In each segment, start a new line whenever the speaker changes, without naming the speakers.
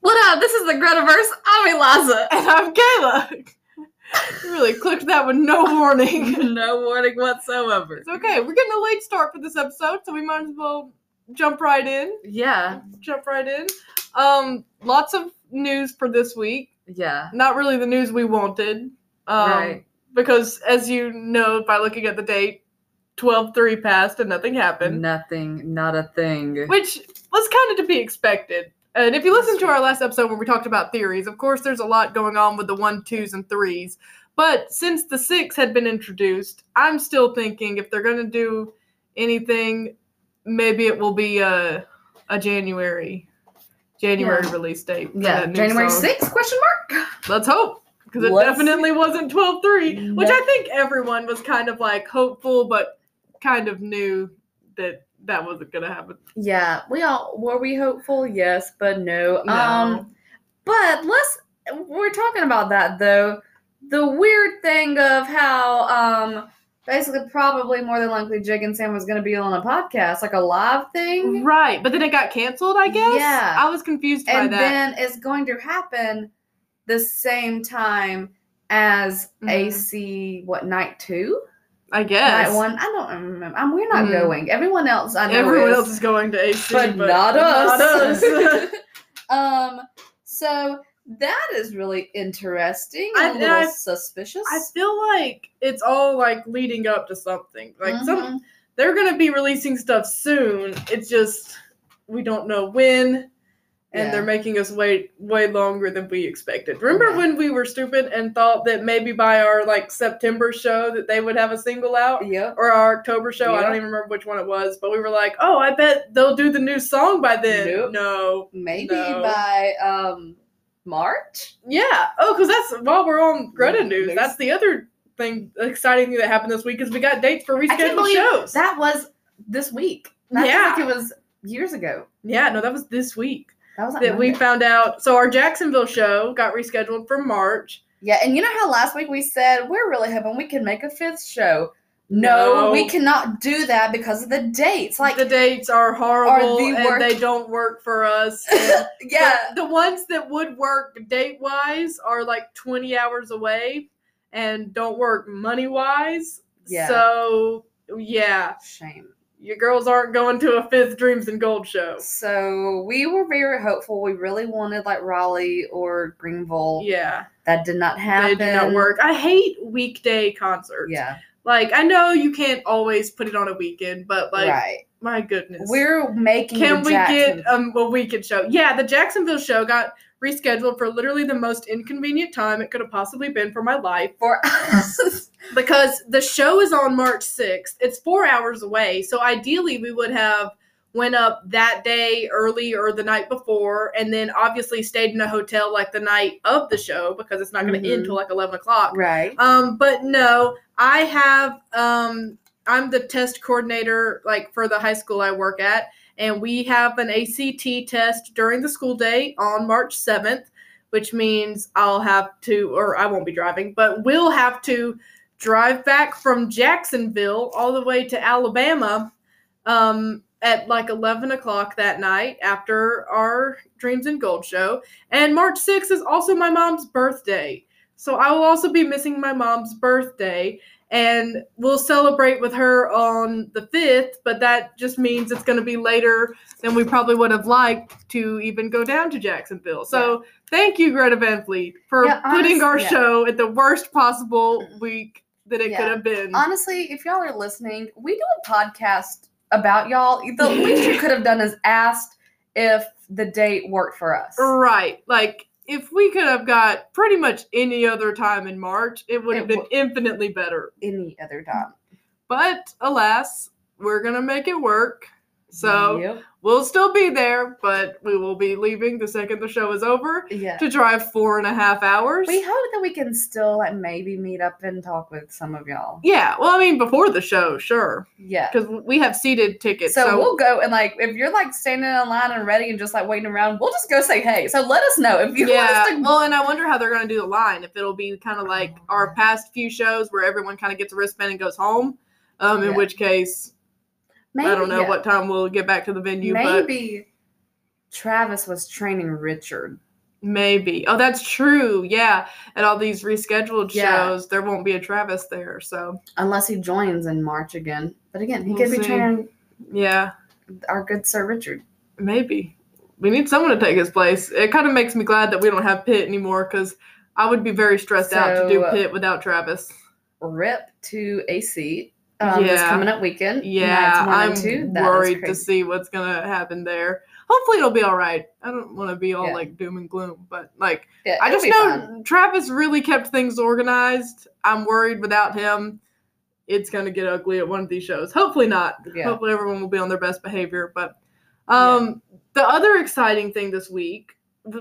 What up? This is the Gretaverse. I'm Eliza.
And I'm Kayla. You really clicked that with no warning.
no warning whatsoever.
It's okay. We're getting a late start for this episode, so we might as well jump right in.
Yeah,
Jump right in. Um, lots of news for this week.
yeah,
Not really the news we wanted. Um,
right.
Because, as you know by looking at the date, 12 3 passed and nothing happened.
Nothing, not a thing.
which was kind of to be expected. And if you listen to our last episode where we talked about theories, of course, there's a lot going on with the one, twos, and threes. But since the six had been introduced, I'm still thinking if they're going to do anything, maybe it will be a, a January January
Yeah.
release date. for
yeah,
that new
January
song.
sixth? Question mark.
Let's hope. Because it
Let's-
definitely wasn't 12 3, which I
No.
think everyone was kind of like hopeful, but kind of knew that that wasn't going to happen.
Yeah, we all were we hopeful? Yes, but no.
No.
Um, but let's. We're talking about that though. The weird thing of how um basically probably more than likely Jig and Sam was going to be on a podcast, like a live thing.
Right, but then it got canceled, I guess.
Yeah.
I was confused by
and
that.
then it's going to happen the same time as
Mhm.
AC what night two
I guess.
night one I don't remember I'm, we're not
Mhm.
going everyone else I know
Everyone
is,
else is going to AC,
but, not us,
us.
um so that is really interesting and
I-
a
and
little
I-
suspicious
I feel like it's all like leading up to something. Like some
Mhm.
they're going to be releasing stuff soon. It's just we don't know when. And
Yeah.
they're making us wait way longer than we expected. Remember
Yeah.
when we were stupid and thought that maybe by our like September show that they would have a single out?
yep
or our October show. I don't
Yeah.
even remember which one it was, but we were like, "Oh, I bet they'll do the new song by then."
Nope.
No.
maybe
No.
by um March
Yeah. Oh, because that's while we're on Greta
Mm,
news.
there's-
That's the other thing, exciting thing that happened this week is we got dates for
I can't
rescheduled
believe
shows.
that was this week That feels
Yeah.
like it was years ago
yeah. No, that was this week
that was like
that we
Monday.
found out. So our Jacksonville show got rescheduled for March.
Yeah, and you know how last week we said we're really hoping we can make a fifth show. No,
No.
we cannot do that because of the dates. Like,
the dates are horrible
the
and
worst-
they don't work for us. And
yeah,
The, the ones that would work date wise are like 20 hours away and don't work money wise.
Yeah.
So, yeah,
shame.
your girls aren't going to a fifth Dreams and Gold show.
So we were very hopeful. We really wanted like Raleigh or Greenville.
Yeah.
That did not
They
happen.
do not work. I hate weekday concerts.
Yeah,
Like, I know you can't always put it on a weekend, but like,
right.
my goodness.
We're making.
Can
the
we
Jackson-
get um, a weekend show? Yeah, the Jacksonville show got rescheduled for literally the most inconvenient time it could have possibly been for my life.
for us?
because the show is on March 6th. It's four hours away. So ideally, we would have went up that day early or the night before, and then obviously stayed in a hotel like the night of the show because it's not going to end
Mhm.
till like 11 o'clock.
right.
Um, but no, I have um, I'm the test coordinator like for the high school I work at, and we have an ACT test during the school day on March 7th, which means I'll have to, or I won't be driving, but we'll have to drive back from Jacksonville all the way to Alabama um, at like 11 o'clock that night after our Dreams and Gold show. And March 6th is also my mom's birthday. So I will also be missing my mom's birthday. And we'll celebrate with her on the 5th, but that just means it's going to be later than we probably would have liked to even go down to Jacksonville. So thank you, Greta Van Fleet, for
Yeah,
putting our
honest- yeah.
show at the worst possible week that it
Yeah.
could have been.
Honestly, if y'all are listening, we do a podcast about y'all. The least you could have done is asked if the date worked for us.
Right. Like if we could have got pretty much any other time in March, it would have
It
been
would-
infinitely better.
Any other time.
But alas, we're going to make it work. So
Yep.
we'll still be there, but we will be leaving the second the show is over
yeah.
to drive four and a half hours.
We hope that we can still like maybe meet up and talk with some of y'all.
yeah. Well, I mean, before the show, sure.
Yeah.
Because we have seated tickets.
So, we'll go and like if you're like standing in line and ready and just like waiting around, we'll just go say hey. So let us know if you
yeah.
want us
well, and I wonder how they're going to do the line. If it'll be kind of like our past few shows where everyone kind of gets a wristband and goes home. Um, in
Yeah.
which case,
to. Maybe,
I don't know
yeah.
what time we'll get back to the venue, but
Maybe Travis was training Richard
Maybe. Oh, that's true. Yeah. At all these rescheduled
Yeah.
shows, there won't be a Travis there. So,
unless he joins in March again. But again, he
We'll
could be
see.
training
yeah,
our good Sir Richard.
maybe. We need someone to take his place. It kind of makes me glad that we don't have Pitt anymore because I would be very stressed out to do
So- uh,
Pitt without Travis.
Rip to AC um, this
Yeah.
coming up weekend.
Yeah, I'm
Nights one and two. That is
worried to
crazy.
see what's gonna happen there. Hopefully, it'll be all right. I don't want to be all
Yeah.
like doom and gloom, but like
Yeah,
I
it'll
just
be
know
fun.
Travis really kept things organized. I'm worried without him, it's gonna get ugly at one of these shows. Hopefully not.
Yeah.
Hopefully, everyone will be on their best behavior. But
Yeah.
um, the other exciting thing this week,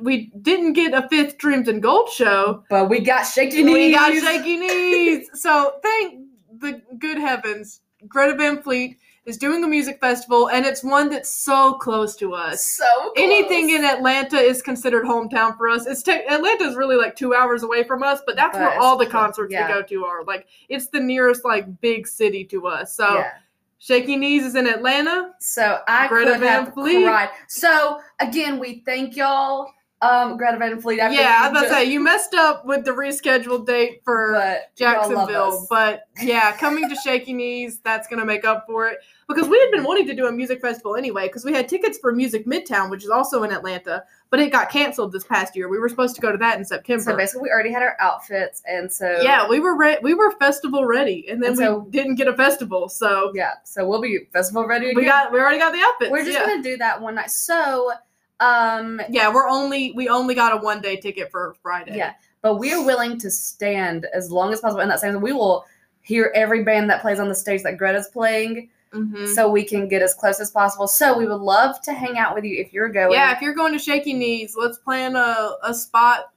we didn't get a fifth Dreams and Gold show.
But we got shaky knees.
We got shaky knees. so thank the good heavens, Greta Van Fleet is doing a music festival, and it's one that's so close to us.
So
Anything
close.
in Atlanta is considered hometown for us. It's te- Atlanta's really like two hours away from us, but that's
But
where
it's
all the
close,
concerts
yeah.
we go to are. Like it's the nearest like big city to us. So
Yeah.
Shaky Knees is in Atlanta.
So I
Greta
could
Van
have
Fleet.
cried. So again, we thank y'all, um, Greta Van Fleet. I
yeah, I was about to
think
say you messed up with the rescheduled date for
but y'all love
Jacksonville.
us.
But yeah, coming to Shaky Knees, that's going to make up for it. Because we had been wanting to do a music festival anyway, because we had tickets for Music Midtown, which is also in Atlanta, but it got canceled this past year. We were supposed to go to that in
So
September.
basically, we already had our outfits, and so
yeah, we were re- we were festival ready, and then
And
we
so-
didn't get a festival, so
yeah. So we'll be festival ready. Again.
we got we already got the outfits.
We're just
yeah.
gonna do that one night. So, um,
yeah, we're only we only got a one day ticket for Friday.
yeah, but we are willing to stand as long as possible in that same. We will hear every band that plays on the stage that Greta's playing,
Mhm.
so we can get as close as possible. So we would love to hang out with you if you're going.
yeah, if you're going to Shaky Knees, let's plan a, a spot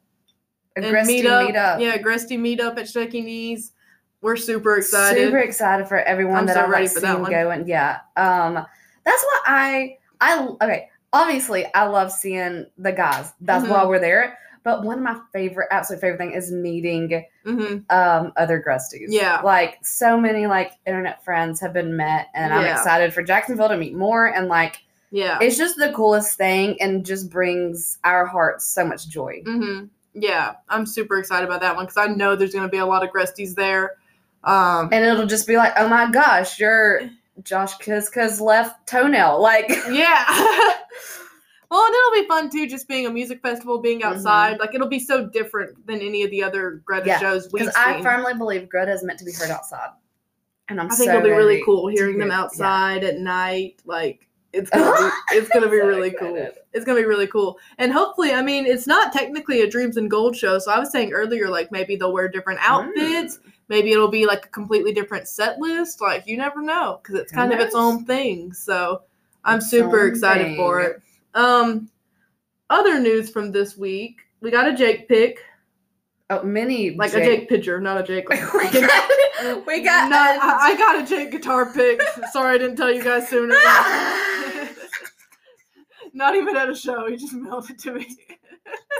a
and
Gresty
meet up.
meetup.
Yeah, Gresty meetup at Shaky Knees. We're super excited.
Super excited for everyone
I'm
that
so
I've
ready
like,
for that
seen
one.
going. Yeah. Um, that's why I I okay. Obviously, I love seeing the guys. That's why
Mm-hmm.
we're there. But one of my favorite, absolute favorite thing is meeting
hmm
um other Grusties.
Yeah.
Like so many like internet friends have been met and I'm
Yeah.
excited for Jacksonville to meet more and like
Yeah.
it's just the coolest thing and just brings our hearts so much joy.
hmm Yeah. I'm super excited about that one because I know there's going to be a lot of Gresties there. Um,
And it'll just be like, oh my gosh, your Josh Kiska's left toenail. Like
yeah. well, and it'll be fun too, just being a music festival, being
Mm-hmm.
outside. Like it'll be so different than any of the other Greta
Yeah,
shows we've
Because
seen.
I firmly believe Greta is meant to be heard outside. And I'm
I think
so
it'll be
ready
really cool hearing
to
them
hear- yeah.
outside at night. Like it's gonna be, it's gonna be
So
really cool.
excited.
It's gonna be really cool. And hopefully, I mean, it's not technically a Dreams and Gold show. So I was saying earlier, like maybe they'll wear different
Hmm.
outfits. Maybe it'll be like a completely different set list. Like you never know because it's
Who
kind of its
knows?
own thing. So I'm
Its
super
own
excited for
thing.
it. Um, other news from this week. We got a Jake pick,
Oh, mini Oh
like a Jake pitcher, not a Jake.
we got, we got
no,
a-
I, I got a Jake guitar pick. Sorry, I didn't tell you guys sooner. Not even at a show. He just mailed it to me.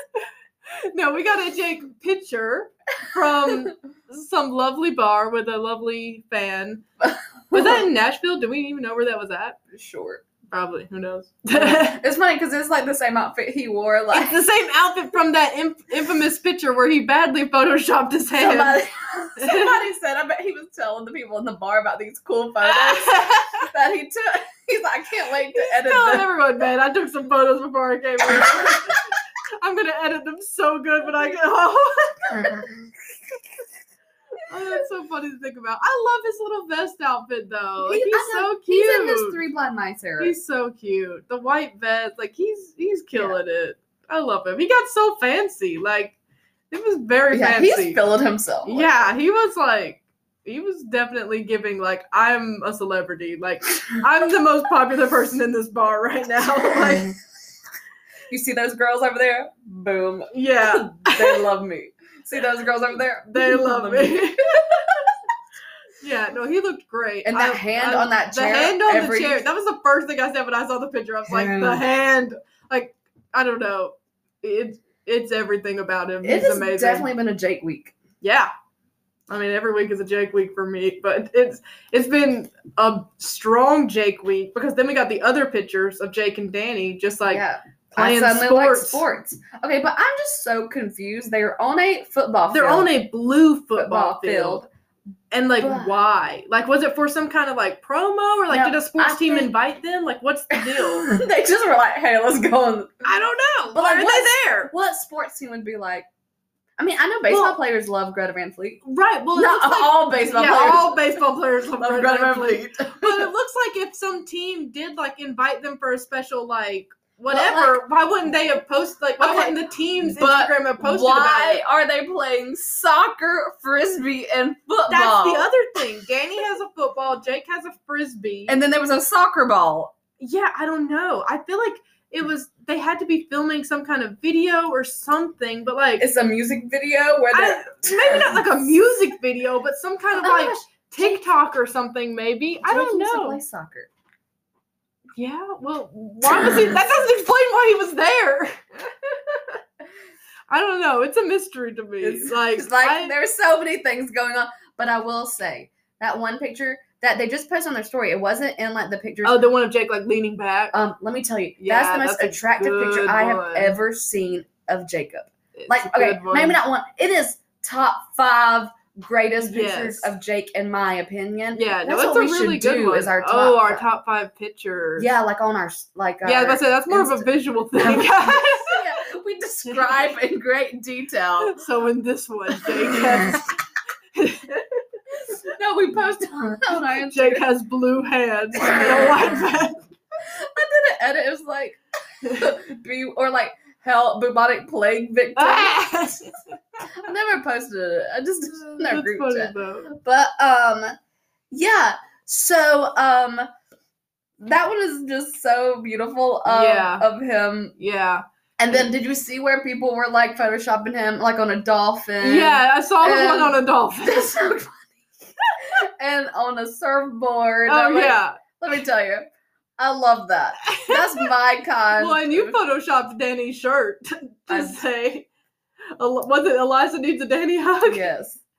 no, we got a Jake picture from some lovely bar with a lovely fan. Was that in Nashville? Do we even know where that was at?
short?
Probably. Who knows? it's
it's funny because it's like the same outfit he wore. Like
the same outfit from that inf- infamous picture where he badly photoshopped his hand.
somebody, somebody said, I bet he was telling the people in the bar about these cool photos that he took. He's like, I can't wait to edit
telling
them.
everyone, man. I took some photos before I came here. I'm gonna edit them so good when I get home. oh, that's so funny to think about. I love his little vest outfit though. Like,
He-
he's
I know,
so cute.
He's in his three blind mice era.
He's so cute. The white vest, like he's he's killing it. I love him. He got so fancy. Like it was very
yeah,
fancy.
he's feeling himself.
yeah, he was like he was definitely giving like I'm a celebrity. Like I'm the most popular person in this bar right now. Like
you see those girls over there? Boom.
yeah.
they love me. See those girls over there?
They love me. yeah, no, he looked great.
And that
I-
hand
I-
on that
the
chair.
hand on
every-
the chair. That was the first thing I said when I saw the picture. I was like, the
Yeah.
hand. Like, I don't know. It's it's everything about him.
It
He's
has
amazing.
definitely been a Jake week.
yeah. I mean, every week is a Jake week for me, but it's it's been a strong Jake week because then we got the other pictures of Jake and Danny just like
yeah. I
playing
suddenly like
sports.
sports. Okay, but I'm just so confused. They're on a football
They're
field.
on a blue football, field. And like,
But-
why? Like, was it for some kind of like promo, or like,
No,
did a sports
I
team
think-
invite them? Like, what's the deal?
they just were like, hey, let's go on.
I don't know.
But,
why
like,
are
what's-
they there?
What sports team would be like? I mean, I know baseball
Well-
players love Greta Van Fleet.
Right. Well, it
Not
looks like
all baseball
yeah,
players
all baseball players love
love
Greta
Greta Van
Van Fleet.
Fleet.
But it looks like if some team did like invite them for a special like whatever, why wouldn't they have posted like why
Okay,
wouldn't the team's
but
Instagram have posted about
Why
it?
are they playing soccer, frisbee, and football?
That's the other thing. Danny has a football, Jake has a frisbee.
and then there was a soccer ball.
yeah, I don't know. I feel like it
Mm.
was they had to be filming some kind of video or something, but like
It's a music video where
I-
they're
maybe not like a music video, but some kind of
Oh my
like
gosh,
TikTok or something maybe. I
Jake
don't
used to
know.
play soccer.
Yeah, well, why was he? That doesn't explain why he was there. I don't know. It's a mystery to me.
It's-
like,
It's like
I,
there's so many things going on. But I will say that one picture that they just posted on their story, it wasn't in like the pictures.
oh, the one of Jake like leaning back.
Um, let me tell you, that's
Yeah,
the most
that's a
attractive picture
good
I have
one.
ever seen of Jacob.
It's
like,
a
okay,
good one.
maybe not one. It is top five greatest pictures
Yes.
of Jake, in my opinion.
Yeah, no,
That's
it's
what
a
we should
really good
do
one.
is our
oh,
top
our
five.
top five pictures.
Yeah, like on our s- like.
yeah. I was about
our-
to say that's more of a
Insta-
visual thing.
Yeah, we describe in great detail.
so in this one, Jake has
No, we post on on our Instagram.
Jake has blue hands and a white back.
I did an edit. It was like be or like hell bubonic plague victim. I
that's
never posted it. I just did it in our group
funny
chat.
though.
But um, yeah. So um, that one is just so beautiful. Of,
Yeah.
of him.
Yeah,
And then did you see where people were like photoshopping him like on a dolphin?
yeah. I saw the one
and-
on a dolphin.
That's so funny. and on a surfboard.
Oh
I'm like,
yeah.
Let me tell you, I love that. That's my kind.
Well, and you photoshopped Danny's shirt to
I-
say, "El- was it Eliza needs a Danny hug? Because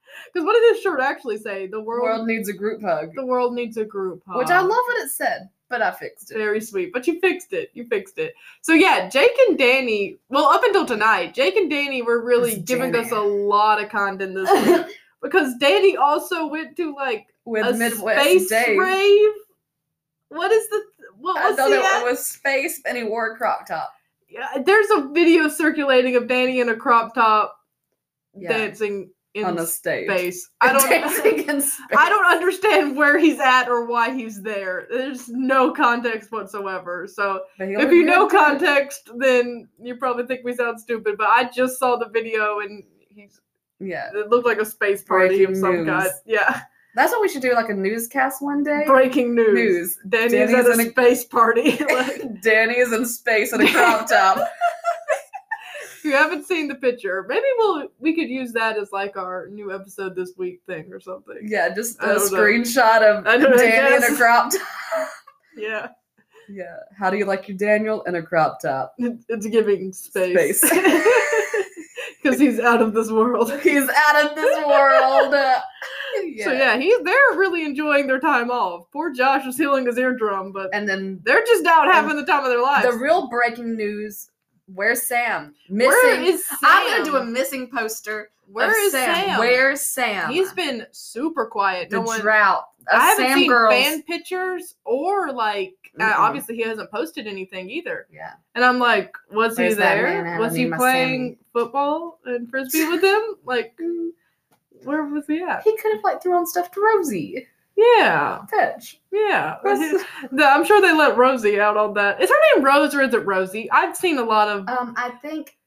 yes.
what did his shirt actually say? The
The
world,
world needs a group hug,
the world needs a group hug.
which I love what it said, but I fixed it.
Very sweet, but you fixed it. You fixed it. So yeah, Jake and Danny. Well, up until tonight, Jake and Danny were really
It's
giving
Danny.
us a lot of content this week because Danny also went to like a
With Midwest
space
Dave.
rave. What is the what
I
was
thought
the
it was space, and he wore a crop top.
Yeah, there's a video circulating of Danny in a crop top
Yeah,
dancing in
on a stage.
space. I don't.
Dancing in space.
I don't understand where he's at or why he's there. There's no context whatsoever. So
But he
if
looked
you know
good, too.
context, then you probably think we sound stupid. But I just saw the video and he's
yeah,
it looked like a space party of
Breaking
some
news.
kind. Yeah,
that's what we should do, like a newscast one day.
breaking news.
News.
Danny's,
Danny's
at
in
a
a-
space party. Like,
Danny is in space in a crop top.
If you haven't seen the picture, maybe we'll we could use that as like our new episode this week thing or something.
Yeah, just
I
a
don't know.
screenshot of
I don't know, I
Danny in a
guess.
crop top.
Yeah,
Yeah. How do you like your Daniel in a crop top?
It- it's giving space
Space.
because he's out of this world.
He's out of this world. yeah.
So yeah, he's they're really enjoying their time off. Poor Josh was healing his eardrum, but
And then
they're just out having the time of their lives.
the real breaking news where's Sam? Missing.
Where is Sam?
I'm going to do a missing poster.
Where
of
is
Sam?
Sam?
Where's Sam?
He's been super quiet.
the
No one.
drought. Of
I haven't
Sam
seen
girls.
fan pictures or like. Uh,
Mm-mm.
obviously, he hasn't posted anything either.
yeah.
And I'm like, was he
Where's that man?
there?
I
Was
need
he
my
playing football and frisbee with them? Like, mm, where was he at?
He could have like thrown stuff to Rosie.
Yeah,
Fetch.
yeah.
That's-
The- I'm sure they let Rosie out on that. Is her name Rose or is it Rosie? I've seen a lot of
Um, I think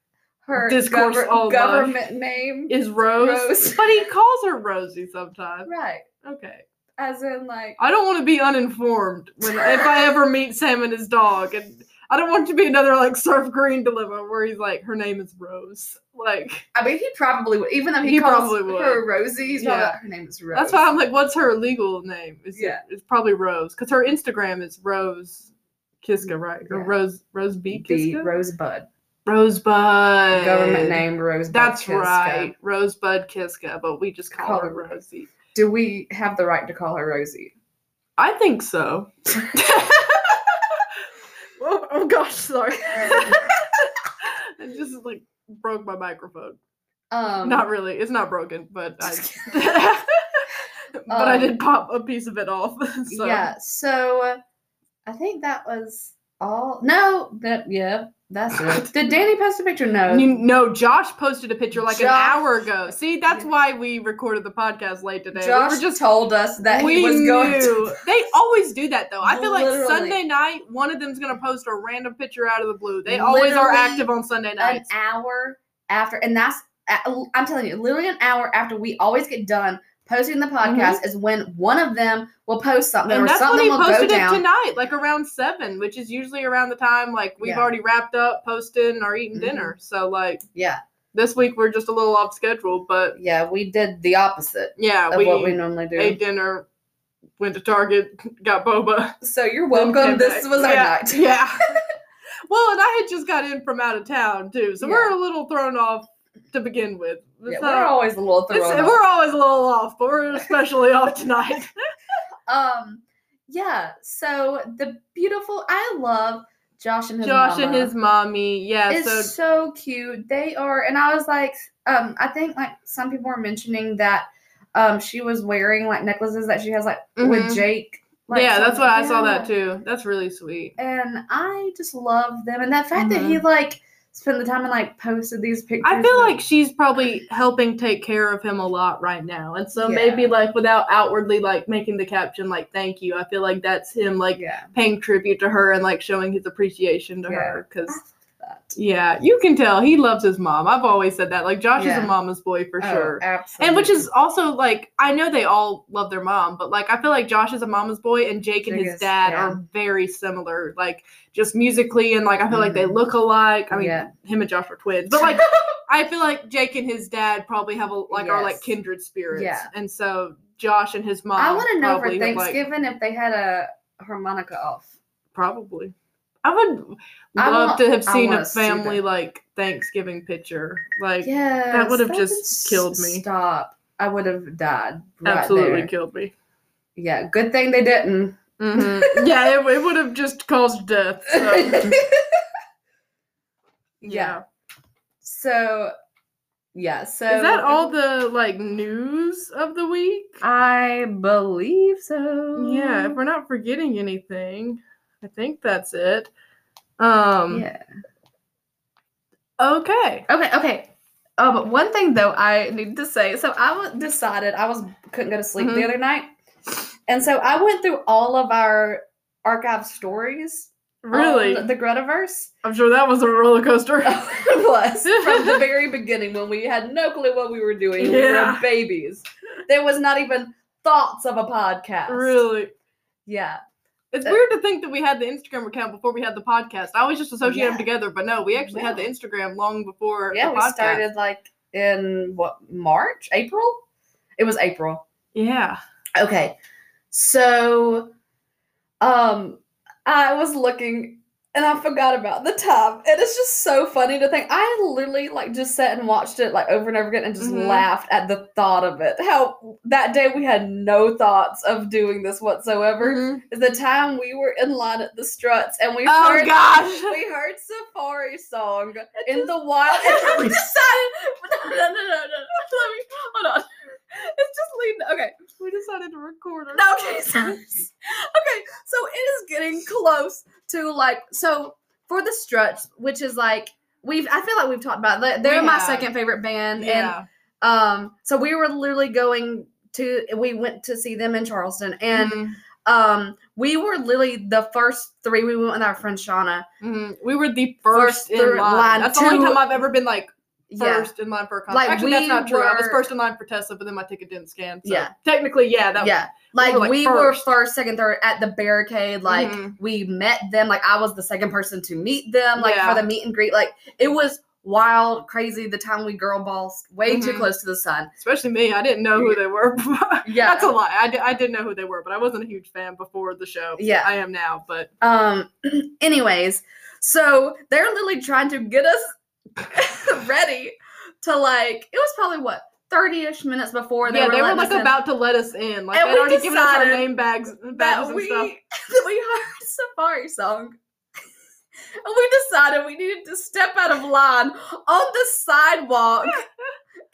her
Discourse
gover-
all love.
government name
is Rose,
Rose.
but he calls her Rosie sometimes.
Right.
Okay,
As in like
I don't want to be uninformed when if I ever meet Sam and his dog, and I don't want to be another like Surf Green dilemma where he's like, her name is Rose, like.
I mean, he probably would. Even though he,
He
calls
probably would.
her Rosie, he's probably
Yeah.
like, her name is Rose.
That's why I'm like, what's her legal name? Is
Yeah.
it, it's probably Rose because her Instagram is Rose Kiska, right? Or
Yeah.
Rose Rose B
B.
Kiska.
Rosebud.
Rosebud.
Government name Rosebud.
That's
Kiska.
right, Rosebud Kiska, but we just call,
Call
her
her Rose.
Rosie.
Do we have the right to call her Rosie?
I think so. oh, oh gosh, sorry. It just like broke my microphone.
Um,
not really. It's not broken, but I but I
Um,
did pop a piece of it off. So
Yeah, so I think that was all. No, that yeah, that's it. Did Danny post a picture? No.
You- no, Josh posted a picture like an
Josh-
hour ago. See, that's
Yeah.
why we recorded the podcast late today.
Josh
we were
just
just
told us that
we
he was going to.
knew. they always do that though. I feel like
Literally.
Sunday night, one of them's gonna post a random picture out of the blue. They always are
Literally
active on Sunday
an
nights.
hour after, and that's I'm telling you, literally an hour after we always get done posting the podcast is when one of them will post something
Mm-hmm. and
or
that's when
something
he
will go
posted it
down.
tonight, like around seven, which is usually around the time like we've
Yeah.
already wrapped up posting or eating
Mhm.
dinner. So like
Yeah,
this week we're just a little off schedule, but
yeah, we did the opposite
yeah,
of
we,
what we normally do.
ate dinner, went to Target, got boba.
so you're
then
welcome.
came
This
back.
was our
Yeah,
night.
Yeah. well, and I had just got in from out of town too, so we're
Yeah.
a little thrown off to begin with.
Yeah,
So,
we're always a little
it's-
thrown. off.
we're always a little off, but we're especially off tonight.
um yeah so the beautiful i love josh and his
Josh and
mama.
his mommy, yeah.
it's so,
so
cute they are and i was like um i think like some people were mentioning that um she was wearing like necklaces that she has like
Mhm.
with jake like,
yeah, that's
something-
what I saw
yeah.
that too. That's really sweet.
and i just love them and that fact that he like spent the time and like posted these pictures
Mm-hmm. I feel
of-
like she's probably helping take care of him a lot right now. And so
Yeah.
maybe like without outwardly like making the caption like thank you, I feel like that's him like
yeah
paying tribute to her and like showing his appreciation to
Yeah.
her cuz
that
yeah, you can tell he loves his mom. I've always said that. Like Josh is
Yeah.
a mama's boy for
Oh,
sure.
absolutely
And which is also like I know they all love their mom, but like I feel like Josh is a mama's boy and Jake and
Jake
his
is,
dad
yeah.
are very similar, like just musically and like I feel like they look alike. I mean,
Mm-hmm. Yeah.
him and Josh are twins, but like I feel like Jake and his dad probably have a, like are like
Yes.
kindred spirits,
Yeah.
and so Josh and his mom.
i want to know for
probably have, like-
thanksgiving if they had a harmonica off
probably. I would
I
love
want-
to have
I
seen a
wanna see
family
that.
like Thanksgiving picture, like
Yeah,
would have just killed me.
Stop! I would have died. Right
absolutely
There.
killed me.
Yeah, good thing they didn't.
Mhm. yeah, it, it would have just caused death. So.
yeah. So, yeah. So
Is that all the like news of the week?
I believe so.
yeah, if we're not forgetting anything, I think that's it. Um
yeah.
okay.
Okay. Okay. Oh, but one thing though I need to say. So I wa- decided I was couldn't go to sleep
Mhm.
the other night, and so I went through all of our archive stories.
Really?
on Um, the Gretaverse.
I'm sure that was a roller coaster.
it was from the very beginning when we had no clue what we were doing. We were
Yeah.
babies. There was not even thoughts of a podcast.
really.
Yeah.
It's
Uh,
weird to think that we had the Instagram account before we had the podcast. I always just associate
Yeah.
them together, but no, we actually had the
Yeah.
Instagram long before
Yeah.
the
We
podcast.
started like in what March, April? It was April.
Yeah.
Okay. So um I was looking and I forgot about the time. And it's just so funny to think. I literally like just sat and watched it like over and over again and just
Mhm.
laughed at the thought of it. How that day we had no thoughts of doing this whatsoever.
Mhm.
The time we were in line at the struts and we
Oh,
heard
gosh.
we heard Safari song in the wild and we decided no no no no no let me hold on. It's just leading okay.
We decided to record our
No, okay, so, okay, so it is getting close to like so for the Struts, which is like we've I feel like we've talked about it. they're
We
my
have.
second favorite band,
Yeah.
and um, so we were literally going to we went to see them in Charleston, and
Mhm.
um, we were literally the first three we went with our friend Shauna.
Mhm. we were the
First
first,
through
in line.
line
That's the only
to-
time I've ever been like
Yeah,
first in line for a concert.
Like,
Actually, that's
we
not true. I was
were-
first in line for Tessa, but then my ticket didn't scan. So
Yeah.
technically, yeah, that
yeah.
we were,
Like,
like,
we were
first.
first, second, third at the barricade. Like
Mhm.
we met them. Like I was the second person to meet them. Like
Yeah.
for the meet and greet. Like it was wild, crazy. The time we girl balls way too
Mhm.
close to the sun.
especially me. I didn't know who they were. before.
Yeah.
that's a lie. I, di- I didn't know who they were, but I wasn't a huge fan before the show.
Yeah.
I am now, but
Um. Anyways, so they're literally trying to get us ready to like. It was probably what thirty ish minutes before they
yeah,
were
they were
letting
like
us in
about to let us in. Like
And
they'd
we
already given us our
decided
name bags, badges
that
and
we
stuff.
that we heard Safari song. and we decided we needed to step out of line on the sidewalk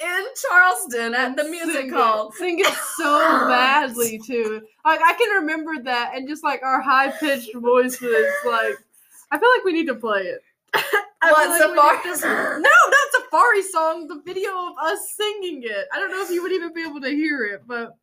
in Charleston at the music
sing
hall.
It, sing it so badly too. Like I can remember that, and just like our high pitched voices. Like I feel like we need to play it. I
What,
feel like we
Safari?
need to- no, not Safari song. The video of us singing it. I don't know if you would even be able to hear it, but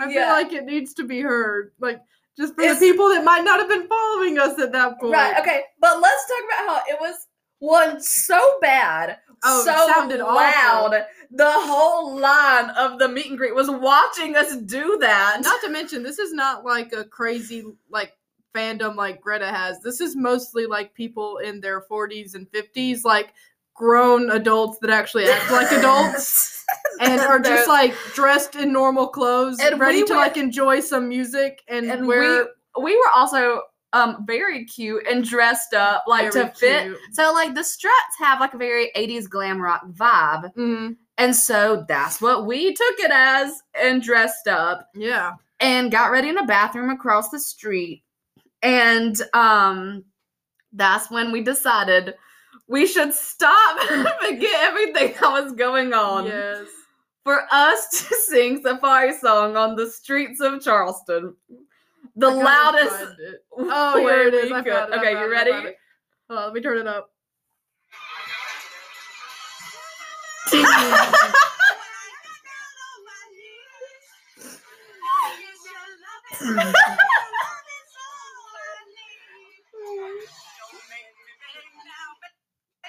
I feel
Yeah.
like it needs to be heard. Like just for
It's-
the people that might not have been following us at that point.
Right, okay. But let's talk about how it was one so bad,
Oh, it
so
sounded awful.
loud. The whole line of the meet and greet was watching us do that.
Not to mention, this is not like a crazy like fandom like Greta has. This is mostly like people in their 40s and 50s, like grown adults that actually act like adults and are just like dressed in normal clothes,
And
ready
we
to
went-
like enjoy some music and,
and
wear
we we were also um very cute and dressed up like
very
to fit.
cute.
So like the Struts have like a very 80s glam rock vibe.
Mhm.
And so that's what we took it as and dressed up
Yeah.
and got ready in a bathroom across the street. And um that's when we decided we should stop and forget everything that was going on
Yes.
for us to sing Safari Song on the streets of Charleston. The
I gotta
loudest
find it.
Oh,
Oh, here it is.
we
I
could-
found it. I
Okay,
found
you
it, I
ready?
found it. Hold on, let me turn it up.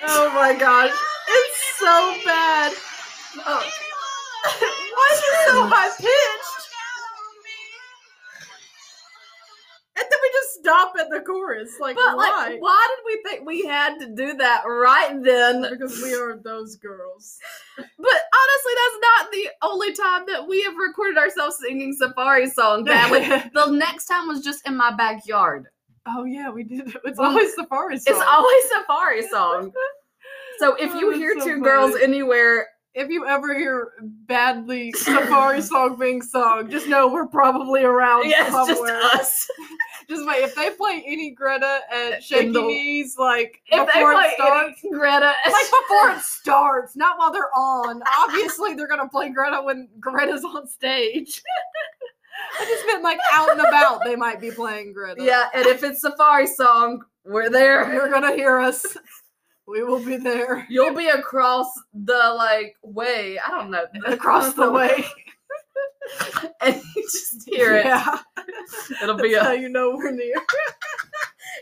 Oh my gosh. It's so bad. Oh. Why is it so high pitched? And then we just stop at the chorus. Like,
But
why?
like, why did we think we had to do that right then?
Because we are those girls.
But honestly, that's not the only time that we have recorded ourselves singing Safari Song badly. the next time was just in my backyard.
oh yeah, we did. It's
Well,
always Safari song.
It's always Safari Song. So if
Oh,
you
that's
hear
so
two girls
funny.
anywhere,
if you ever hear badly Safari song being sung, just know we're probably around
yeah, it's just
somewhere.
us.
Just wait. If they play any Greta at shaky
the-
knees, like
If they
before
play
it starts,
any Greta,
like before it starts, not while they're on. Obviously, they're gonna play Greta when Greta's on stage. I just meant like out and about, they might be playing Greta.
yeah, and if it's Safari Song, we're there.
you're gonna hear us. We will be there
You'll be across the like way. I don't know
across the way.
and you just hear it.
Yeah,
It'll
that's
be
how
a,
you know we're near.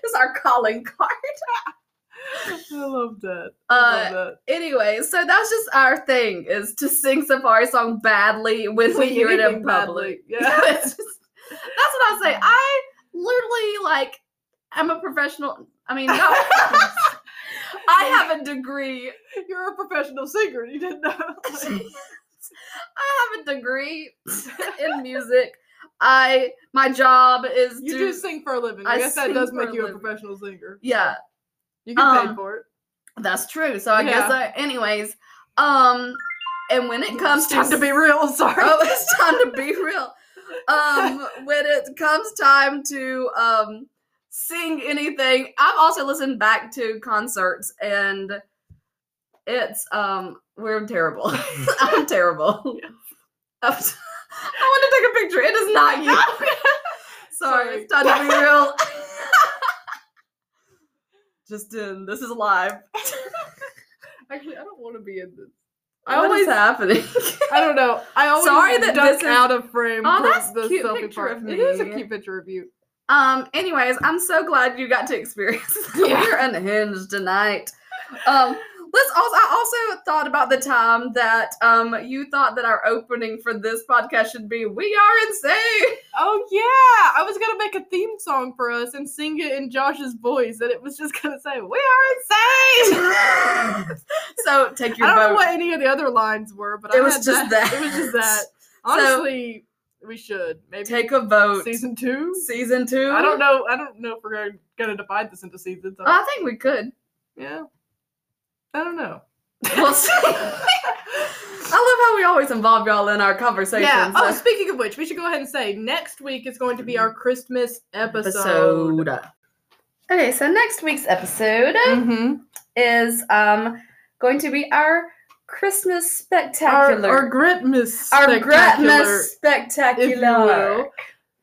it's our calling card.
I love that. I
Uh,
love that.
anyway, so that's just our thing is to sing Safari song badly when we hear it in
Anything
public.
badly. Yeah.
It's just- that's what I say. I literally like I'm a professional. I mean, no, I have a degree.
You're a professional singer. You didn't know.
I have a degree in music. I my job is
You
to
do sing for a living. I,
I
guess that
sing
does
for
make
a
you a
living.
professional singer.
yeah.
You get
Um,
paid for it.
That's true. So I guess
Yeah.
I, anyways, um, and when it comes
It's time to be real. Sorry.
oh, it's time to be real. Um, when it comes time to um sing anything, I've also listened back to concerts and it's um we're terrible. I'm terrible. I'm t- I want to take a picture. It is not you. Sorry, it's time to be real. Just in. This is live.
Actually, I don't want to be in this. I
I what is
always,
happening?
I don't know. I always
Sorry that
duck
this is-
out of frame.
Oh,
from
that's
the
cute
selfie
picture
part.
of
It is a
me.
cute picture of you.
Um, anyways, I'm so glad you got to experience
Yeah.
We're unhinged tonight. Um, let's also I also thought about the time that um you thought that our opening for this podcast should be We Are Insane.
Oh yeah, I was gonna make a theme song for us and sing it in Josh's voice, and it was just gonna say, "We are insane."
so take your
I don't know
vote.
what any of the other lines were, but
It
I
was
had
just that.
It was just that. Honestly, we should maybe
Take a vote. Season,
season two.
two.
I don't know. I don't know if we're gonna, gonna divide this into seasons. I
I think we could.
don't- yeah, I don't know.
We'll see. I love how we always involve y'all in our conversations.
Yeah. Oh,
so-
speaking of which, we should go ahead and say next week is going to be our Christmas episode.
episode. Okay, so next week's episode
Mm-hmm.
is um going to be our Christmas
Our,
spectacular.
our Gritmas.
Our
spectacular,
Christmas
if you
spectacular.
will.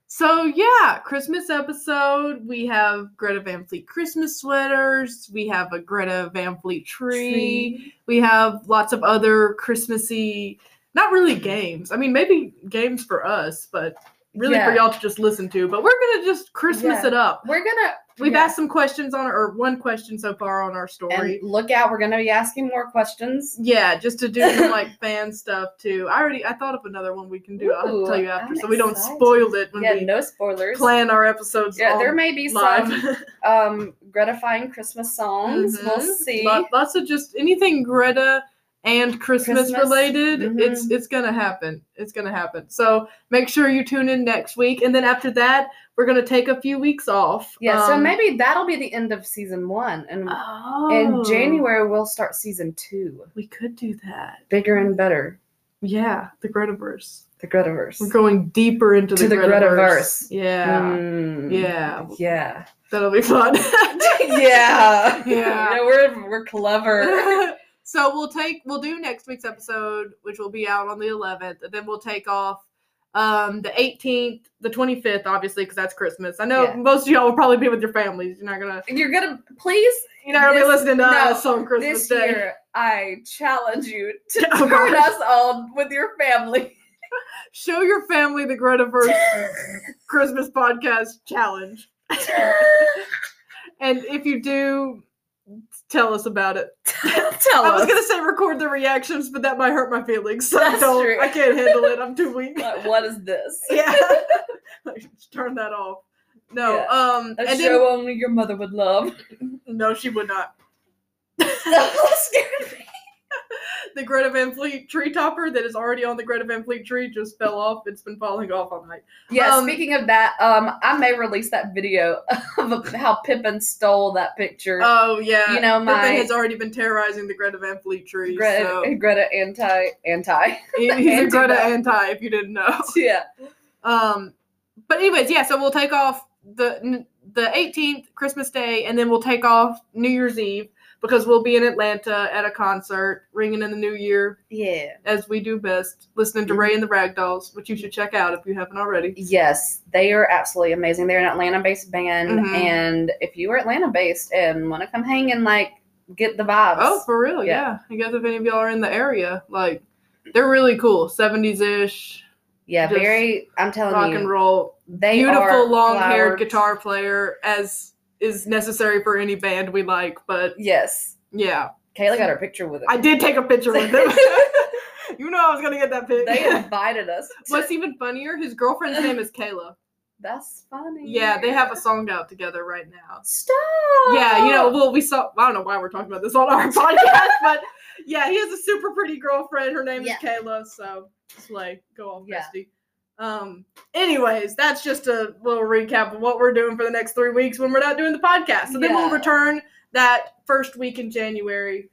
So yeah, Christmas episode. We have Greta Van Fleet Christmas sweaters. We have a Greta Van Fleet tree. We have lots of other Christmassy, not really games. I mean, maybe games for us, but really for
Yeah.
y'all to just listen to. But we're gonna just Christmas
Yeah.
it up.
We're gonna
We've
yeah.
asked some questions on or one question so far on our story.
and look out. We're gonna be asking more questions.
yeah, just to do some like fan stuff too. I already I thought of another one we can do. I'll
Ooh,
tell you after,
I'm
so we don't
excited.
spoil it when
Yeah,
we
no spoilers.
plan our episodes.
yeah,
on
there may be
live.
some um gratifying Christmas songs. We'll
Mhm.
see.
Lot- lots of just anything Greta and Christmas,
Christmas.
related.
Mhm.
It's it's gonna happen. It's gonna happen. So make sure you tune in next week, and then after that, we're gonna take a few weeks off.
yeah, so
Um,
maybe that'll be the end of season one, and
oh,
in January we'll start season two,
we could do that.
bigger and better,
Yeah, the Gretaverse.
the Gretaverse.
We're going deeper into
To
the,
the Gretaverse.
Yeah,
Mm.
yeah,
Yeah.
that'll be fun.
yeah.
Yeah.
We're we're clever.
so we'll take we'll do next week's episode, which will be out on the 11th, and then we'll take off um the 18th, the 25th, obviously, because that's Christmas. I know
Yeah.
most of y'all will probably be with your families. You're not gonna
You're gonna please
you're not gonna be
This-
listening to
no,
us on
this
Christmas Day. Oh,
year I challenge you to
Yeah, of
turn
course.
us on with your family.
Show your family the Gretaverse Christmas podcast challenge. and if you do, tell us about it.
Tell
I was
us
gonna say record the reactions, but that might hurt my feelings. So
That's
don't,
true.
I can't handle it. I'm too weak.
Like, what is this?
yeah Like, just turn that off no
Yeah.
um
A
and
show only your mother would love.
then, no she would not
Scared me.
the greta van fleet tree topper that is already on the greta van fleet tree just fell off it's been falling off all night
yeah,
Um,
speaking of that, um, I may release that video of how Pippin stole that picture.
oh yeah
you know,
Pippin
my
has already been terrorizing the greta van fleet tree
Greta,
so
Greta anti anti.
he- he's a
Anti-
greta anti if you didn't know
yeah.
um but anyways yeah so we'll take off the the 18th christmas day and then we'll take off new year's eve because we'll be in atlanta at a concert ringing in the new year
Yeah.
as we do best, listening to Ray and the Ragdolls, which you should check out if you haven't already.
Yes, they are absolutely amazing. They're an Atlanta based band.
Mhm.
And if you are Atlanta based and want to come hang and like get the vibes,
Oh, for real? Yeah.
Yeah.
I guess if any of y'all are in the area, like they're really cool, seventies ish,
Oh, yeah,
just
very, I'm
rock
telling
and
you,
roll,
they are
beautiful long haired
flowers.
guitar player, as is necessary for any band we like. But
Yes.
yeah,
Kayla got her picture with it.
I did take a picture with them. you know I was gonna get that
They
picture.
invited us. to-
What's even funnier? His girlfriend's name is Kayla.
That's funny.
Yeah, they have a song out together right now.
Stop.
Yeah, you
Oh.
know, well, we saw. I don't know why we're talking about this on our podcast, but yeah, he has a super pretty girlfriend. Her name
Yeah.
is Kayla, so it's like go all
Yeah.
bestie. Um. Anyways, that's just a little recap of what we're doing for the next three weeks when we're not doing the podcast. So then we'll
Yeah.
return that first week in January,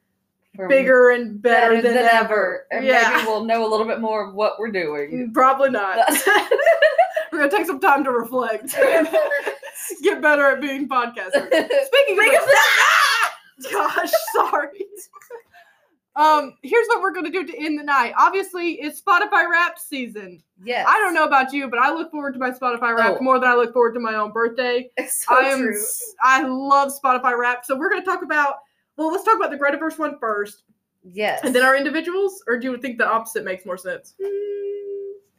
We're
bigger and better, than, ever.
And maybe
Yeah,
we'll know a little bit more of what we're doing.
probably not. we're gonna take some time to reflect. Get better at being podcasters. Speaking of
Make
which-
us
Gosh, sorry. um, here's what we're gonna do to end the night. Obviously, it's Spotify Wrapped season.
Yes.
I don't know about you, but I look forward to my Spotify Wrapped
Oh.
more than I look forward to my own birthday.
It's so
I am.
true.
s- I love Spotify Wrapped. So we're gonna talk about. Well, let's talk about the Gretaverse one first,
Yes.
and then our individuals. Or do you think the opposite makes more sense?
Mm,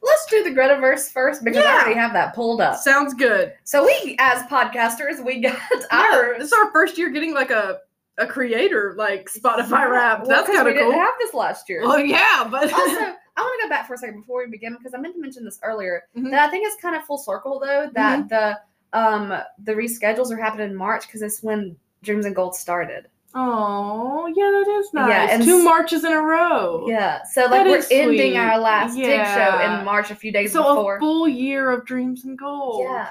Let's do the Gretaverse first because
Yeah.
I already have that pulled up.
Sounds good.
So we, as podcasters, we got
Yeah,
our
this is our first year getting like a a creator like Spotify Wrapped.
Well,
That's
'cause
kind
we
of cool.
Didn't have this last year.
well, yeah, but
also, I want to go back for a second before we begin because I meant to mention this earlier.
Mhm.
That I think it's kind of full circle though
Mm-hmm.
that the um the reschedules are happening in March because it's when Dreams and Gold started.
Oh, yeah, that is nice.
Yeah, and
Two
s-
marches in a row.
Yeah. So like
That
we're
is
ending
sweet.
our last dig show
Yeah.
in March a few days
So
before.
a full year of dreams and goals.
yeah.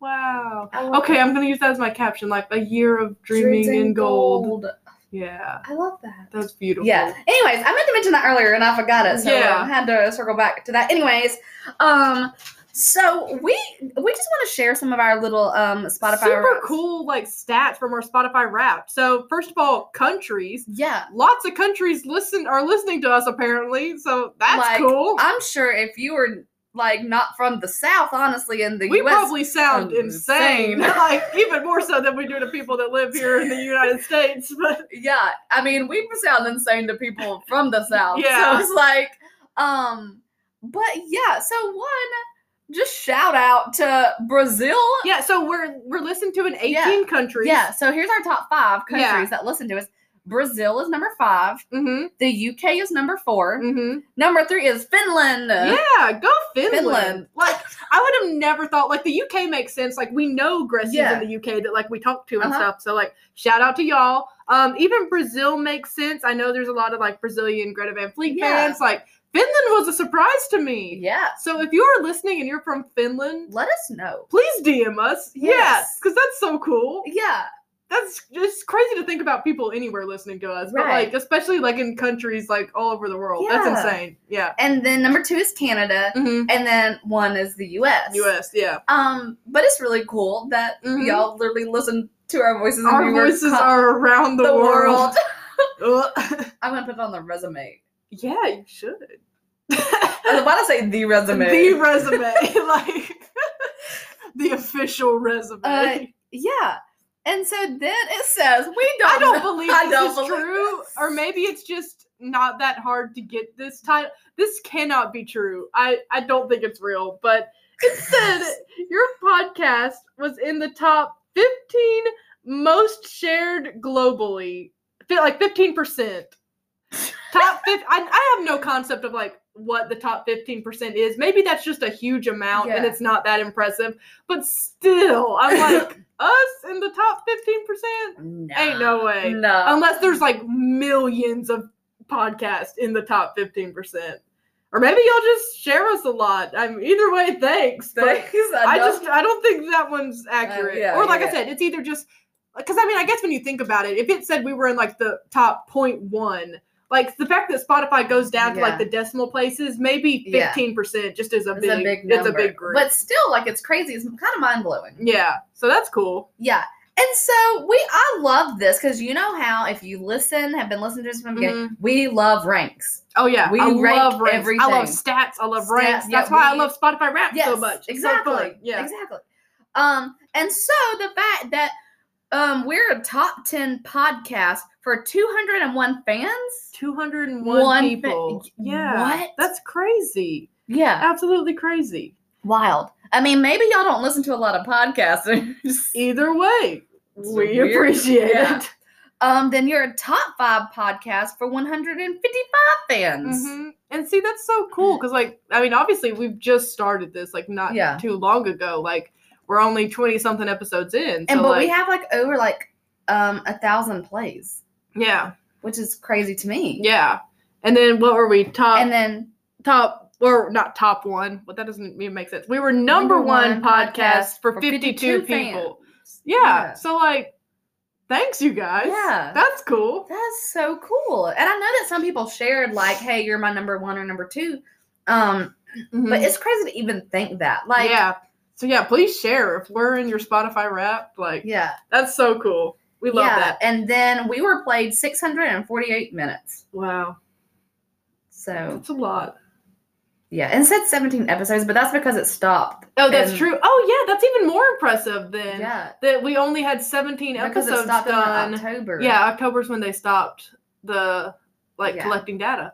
Wow.
I love
Okay,
that.
I'm gonna use that as my caption, like a year of dreaming
Dreams
in gold.
gold.
Yeah,
I love that.
that's beautiful.
Yeah. Anyways, I meant to mention that earlier and I forgot it, so
Yeah.
um, had to circle back to that. Anyways, um, So we we just want to share some of our little um Spotify.
Super
wraps.
cool like stats from our Spotify wrap. So first of all, countries.
Yeah,
Lots of countries listen are listening to us apparently. So that's
Like, ah,
cool.
I'm sure if you were like not from the South, honestly, in the
we
U.S.
probably sound
sound
insane,
insane.
like even more so than we do to people that live here in the United States. But
yeah, I mean, we sound insane to people from the South.
Yeah.
So it's like, um, but yeah, so one, just shout out to Brazil.
yeah, so we're we're listening to in 18
Yeah.
countries.
Yeah, so here's our top five countries
Yeah.
that listen to us. Brazil is number five.
Mm-hmm.
The UK is number 4
Mm-hmm.
Number three is Finland.
Yeah, go Finland.
Finland.
Like I would have never thought like the UK makes sense. Like we know Gressy's
Yeah.
in the UK that like we talk to and
Uh-huh.
stuff. So like shout out to y'all. Um even Brazil makes sense. I know there's a lot of like Brazilian Greta Van Fleet
Yeah.
fans. Like Finland was a surprise to me.
Yeah.
So if you are listening and you're from Finland,
Let us know.
please DM us. Yes,
Yes.
because that's so cool.
Yeah.
That's just crazy to think about people anywhere listening to us, but
Right.
like especially like in countries like all over the world.
Yeah.
That's insane. Yeah.
And then number two is Canada.
Mm-hmm.
And then one is the US.
U.S. Yeah.
Um, but it's really cool that
Mhm.
y'all literally listen to our voices. and
Our
we were
voices
co-
are around the, world. Ugh.
I'm gonna put it on the resume.
yeah, you should.
I was about to say the resume.
The resume, like the official resume.
Uh, yeah. And so then it says we don't.
I don't believe
I
this
don't
is
believe
true,
this.
or maybe it's just not that hard to get this title. This cannot be true. I I don't think it's real, but it said your podcast was in the top fifteen most shared globally, Fi- like fifteen percent. Top fifteen. I, I have no concept of like what the top fifteen percent is. Maybe that's just a huge amount, and
Yeah.
it's not that impressive. But still, I'm like us in the top fifteen percent.
Nah.
Ain't no way.
No.
Unless there's like millions of podcasts in the top 15%. Or maybe you'll just share us a lot. I mean, either way, thanks. But
Thanks,
I
don't-
just I don't think that one's accurate.
Uh, yeah,
or like I
yeah.
said, it's either just because I mean, I guess when you think about it, if it said we were in like the top point one, like the fact that Spotify goes down to
Yeah.
like the decimal places, maybe
Yeah.
fifteen percent just is a
it's
big,
a big
it's a
number.
big group.
But still, like it's crazy. It's kind of mind blowing.
yeah, so that's cool.
Yeah. And so we I love this because you know how if you listen, have been listening to us from the
Mm-hmm.
beginning, we love ranks.
Oh yeah,
We
I
rank
love ranks. I love
everything.
stats. I love
Stats,
ranks.
yeah,
That's why I
we-
love Spotify Wrapped
Yes,
so much. It's so
Exactly.
fun. yeah.
Exactly. Um, and so the fact that um we're a top ten podcast for two hundred and one fans.
Two hundred and
One
one
fa-
people. yeah,
What?
that's crazy.
Yeah.
Absolutely crazy.
Wild. I mean, maybe y'all don't listen to a lot of podcasts.
Either way,
It's
we
weird.
appreciate
Yeah.
it.
um, then you're a top five podcast for 155 fans.
Mhm. And see, that's so cool because, like, I mean, obviously, we've just started this like not
Yeah.
too long ago. Like, we're only twenty something episodes in.
And
so,
but
like,
we have like over like um a thousand plays,
yeah,
which is crazy to me.
yeah. And then what were we top?
And then
top or not top one, but that doesn't even make sense. We were number,
Number
one,
one
podcast
podcast
for
for
52,
52
people.
fans.
Yeah,
Yeah.
So like thanks you guys.
Yeah.
That's cool.
that's so cool. And I know that some people shared like, "Hey, you're my number one or number two. Um, but it's crazy to even think that. Like,
Mm-hmm. yeah. So yeah, please share if we're in your Spotify rap. Like
yeah,
that's so cool. We love
yeah.
that.
And then we were played 648 minutes.
Wow.
So
That's a lot.
yeah, and it said 17 episodes, but that's because it stopped.
Oh, that's
And-
true. Oh yeah, that's even more impressive than
Yeah,
that we only had 17
because it
episodes
stopped
done.
in like, October.
Yeah, October's when they stopped the like
Yeah.
collecting data.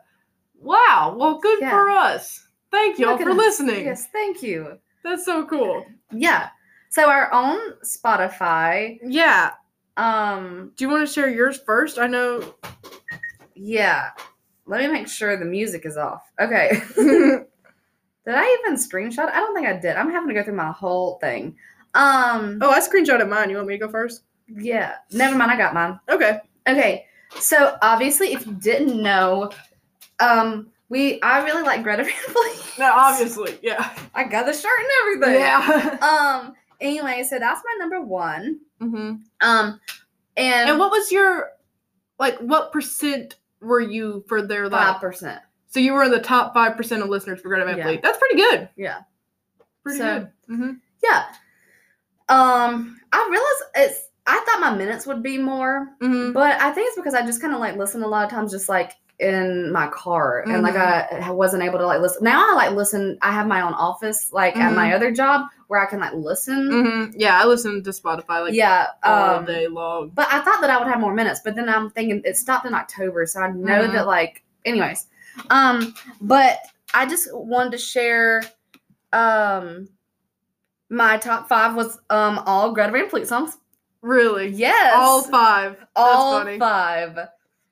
Wow. Well, good
Yeah.
for us. Thank y'all
Look at
for
us.
listening.
Yes, thank you.
That's so cool.
Yeah. So our own Spotify.
Yeah.
Um,
Do you want to share yours first? I know.
yeah. Let me make sure the music is off. Okay.
yeah.
Did I even screenshot? I don't think I did. I'm having to go through my whole thing. Um
Oh, I screenshotted mine. You want me to go first?
yeah. Never mind, I got mine.
Okay.
Okay. So obviously if you didn't know, um we I really like Greta Van Fleet.
No, obviously. Yeah.
I got the shirt and everything.
Yeah.
Um anyway, so that's my number one.
hmm
Um and,
And what was your like? What percent were you for their like?
five percent.
So you were in the top five percent of listeners for Greta Van
Yeah.
Fleet. That's pretty good.
Yeah.
Pretty
So-
good. Mm-hmm.
Yeah. Um, I realized it's. I thought my minutes would be more,
Mm-hmm.
but I think it's because I just kind of like listen a lot of times, just like in my car, and like
Mm-hmm.
I I wasn't able to like listen. Now I like listen. I have my own office, like at my other job, where I can like listen.
Mm-hmm. Yeah, I listen to Spotify like
yeah.
all
Um,
day long.
but I thought that I would have more minutes, but then I'm thinking it stopped in October, so I know
Mhm.
that like anyways. Um but I just wanted to share um my top 5 was um all Greta Van Fleet songs.
Really?
Yes.
All five. That's
All
funny.
five.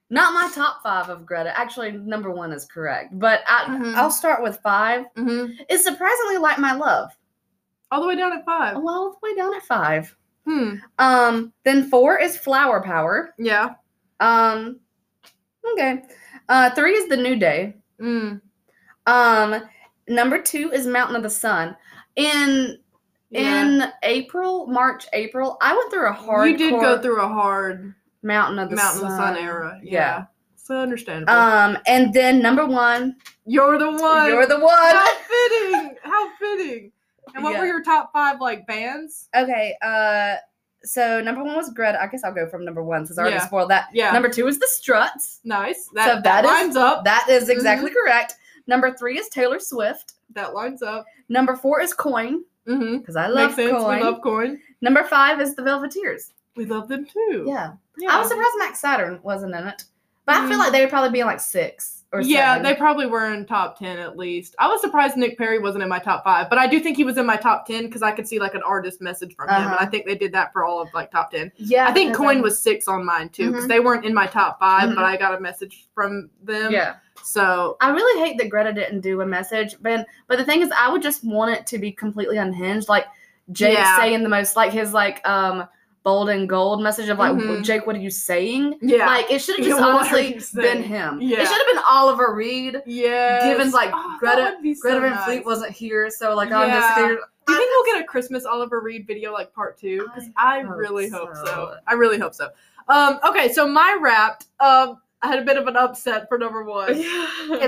Not my top 5 of Greta. Actually, number 1 is correct, but I
Mhm.
I'll start with 5.
Mm-hmm.
It's surprisingly like my love.
All the way down at five.
Well, all the way down at 5.
Hmm.
Um then 4 is Flower Power.
Yeah.
Um, okay. Uh, three is the new day.
Mm.
Um, number two is Mountain of the Sun. In
Yeah.
in April, March, April, I went through a hard.
you did go through a hard
Mountain of the
Mountain
Sun.
of the Sun era. Yeah.
Yeah.
So understandable.
Um, and then number one,
You're the one.
you're the
How
one.
fitting. How fitting. And what
Yeah.
were your top five like bands?
Okay. Uh, so number one was Greta. I guess I'll go from number one since I already
Yeah.
spoiled that.
Yeah.
Number two is the Struts.
nice. That,
So
that,
that is-
lines up.
That is exactly correct. Number three is Taylor Swift.
That lines up.
Number four is Coin
Mm-hmm.
because I love
Makes sense.
Coin.
We love coin.
Number five is the Velveteers.
We love them too.
Yeah.
Yeah.
I was surprised Max Saturn wasn't in it. But I
Mm.
feel like they would probably be in like six or
yeah,
seven.
they probably were in top ten at least. I was surprised Nick Perry wasn't in my top five, but I do think he was in my top ten because I could see like an artist message from him, and I
Uh-huh.
think they did that for all of like top ten.
yeah.
I think
because,
Coin
um,
was six on mine too
Mm-hmm.
because they weren't in my top 5
Mhm.
but I got a message from them.
Yeah.
So
I really hate that Greta didn't do a message, but but the thing is I would just want it to be completely unhinged. Like Jake
Yeah.
saying the most like his like um bold and gold message of like
Mhm.
Jake, what are you saying?
yeah,
Like it should have
Yeah,
just
what are
honestly
you saying?
been him.
Yeah.
It should have been Oliver Reed.
yeah.
given, like,
Oh,
Greta- Greta Van Fleet
was.
wasn't here, so like I'm just
Yeah.
here.
Do you think we'll get a Christmas Oliver Reed video like part two? Because I,
I hope
really hope so.
so.
I really hope so. Um, okay, so my wrapped. Um, I had a bit of an upset for number one. if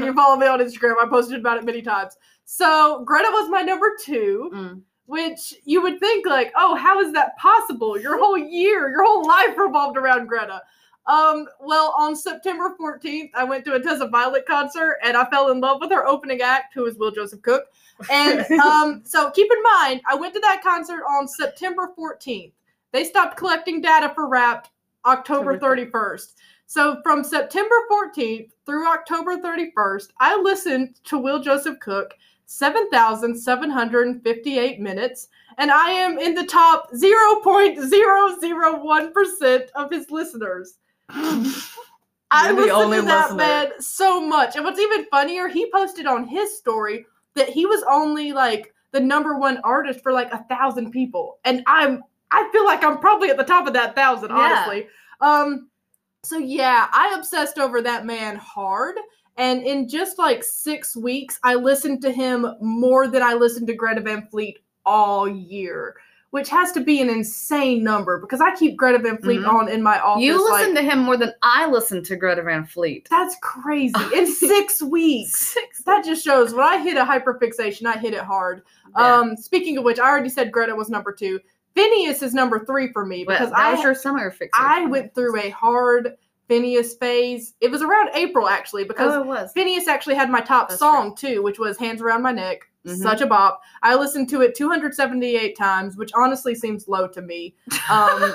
you follow me on Instagram, I posted about it many times. So Greta was my number two,
Mm.
which you would think like, oh, how is that possible? Your whole year, your whole life revolved around Greta. Um, well, on September 14th, I went to a Tessa Violet concert and I fell in love with her opening act, who is Will Joseph Cook. And um, so keep in mind, I went to that concert on September 14th. They stopped collecting data for Wrapped October
October
31st. So from September 14th through October 31st, I listened to Will Joseph Cook 7,758 minutes, and I am in the top 0.001% of his listeners. I
You're the
listened
only
to that
listener.
man so much. And what's even funnier, he posted on his story that he was only like the number one artist for like a thousand people. And I'm I feel like I'm probably at the top of that thousand,
Yeah.
honestly. Um so yeah, I obsessed over that man hard. And in just like six weeks, I listened to him more than I listened to Greta Van Fleet all year, which has to be an insane number because I keep Greta Van Fleet
Mhm.
on in my office.
You
like,
listen to him more than I listen to Greta Van Fleet.
That's crazy. In six weeks.
Six.
That just shows when I hit a hyperfixation, I hit it hard. Um, speaking of which, I already said Greta was number two. Phineas is number three for me
because
because
that
I
was your summer fixation.
I went through a hard Phineas phase. It was around April actually because
Oh, it was.
Phineas actually had my top
That's
song too, which was "Hands Around My Neck."
Mhm.
Such a bop. I listened to it 278 times, which honestly seems low to me. Um,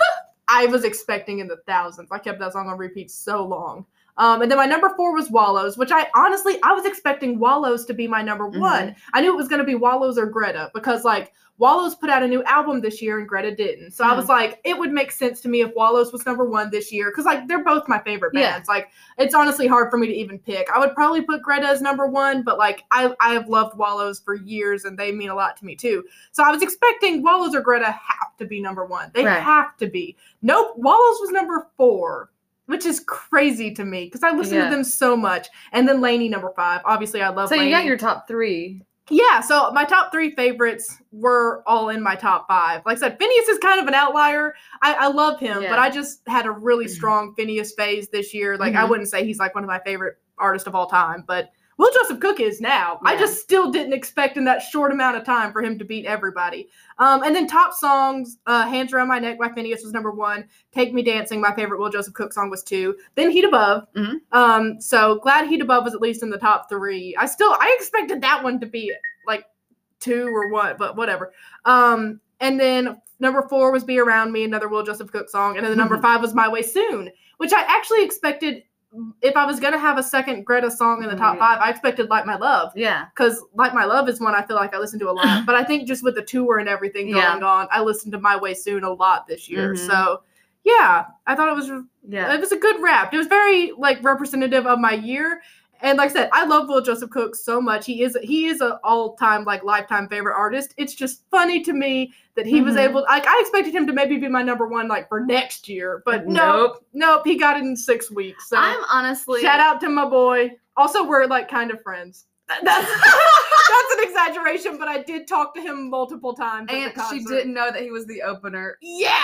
I was expecting in the thousands. I kept that song on repeat so long. Um, and then my number four was Wallows, which I honestly I was expecting Wallows to be my number
Mhm.
one. I knew it was going to be Wallows or Greta because like Wallows put out a new album this year and Greta didn't. So I
Mm-hmm.
was like, it would make sense to me if Wallows was number one this year because like they're both my favorite
Yeah.
bands. Like it's honestly hard for me to even pick. I would probably put Greta as number one, but like I, I have loved Wallows for years and they mean a lot to me too. So I was expecting Wallows or Greta have to be number one. They
Right.
have to be. Nope, Wallows was number four, which is crazy to me because I listened
Yeah.
to them so much. And then Laney number five. Obviously, I love.
So you got
Lainey.
your top three.
Yeah, so my top three favorites were all in my top five. Like I said, Phineas is kind of an outlier. I, I love him, but
Yeah. Mm-hmm.
I just had a really strong Phineas phase this year. Like I
Mhm.
wouldn't say he's like one of my favorite artists of all time, but We'll Joseph Cook is now. I
Yeah.
just still didn't expect in that short amount of time for him to beat everybody. Um, and then top songs, uh, Hands Around My Neck by Phineas was number one. Take Me Dancing, my favorite Will Joseph Cook song was two. Then Heat Above.
Mhm.
Um, so glad Heat Above was at least in the top three. I still I expected that one to be like two or what, but whatever. Um, and then number four was Be Around Me, another Will Joseph Cook song, and then the number
Mhm.
five was My Way Soon, which I actually expected. If I was gonna have a second Greta song in the top
Right.
five, I expected Like My Love
Yeah.
because Like My Love is one I feel like I listen to a lot. but I think just with the tour and everything going
Yeah.
on, I listened to My Way Soon a lot this year.
Mhm.
So yeah, I thought it was
Yeah.
it was a good rap. It was very like representative of my year. And like I said, I love Will Joseph Cook so much. He is he is an all time like lifetime favorite artist. It's just funny to me that he was
Mhm.
able. Like I expected him to maybe be my number one like for next year, but no,
Nope.
nope, he got it in six weeks. So
I'm honestly
shout out to my boy. Also, we're like kind of friends. That- That's that's an exaggeration, but I did talk to him multiple times. at the
and she
concert.
didn't know that he was the opener.
Yeah,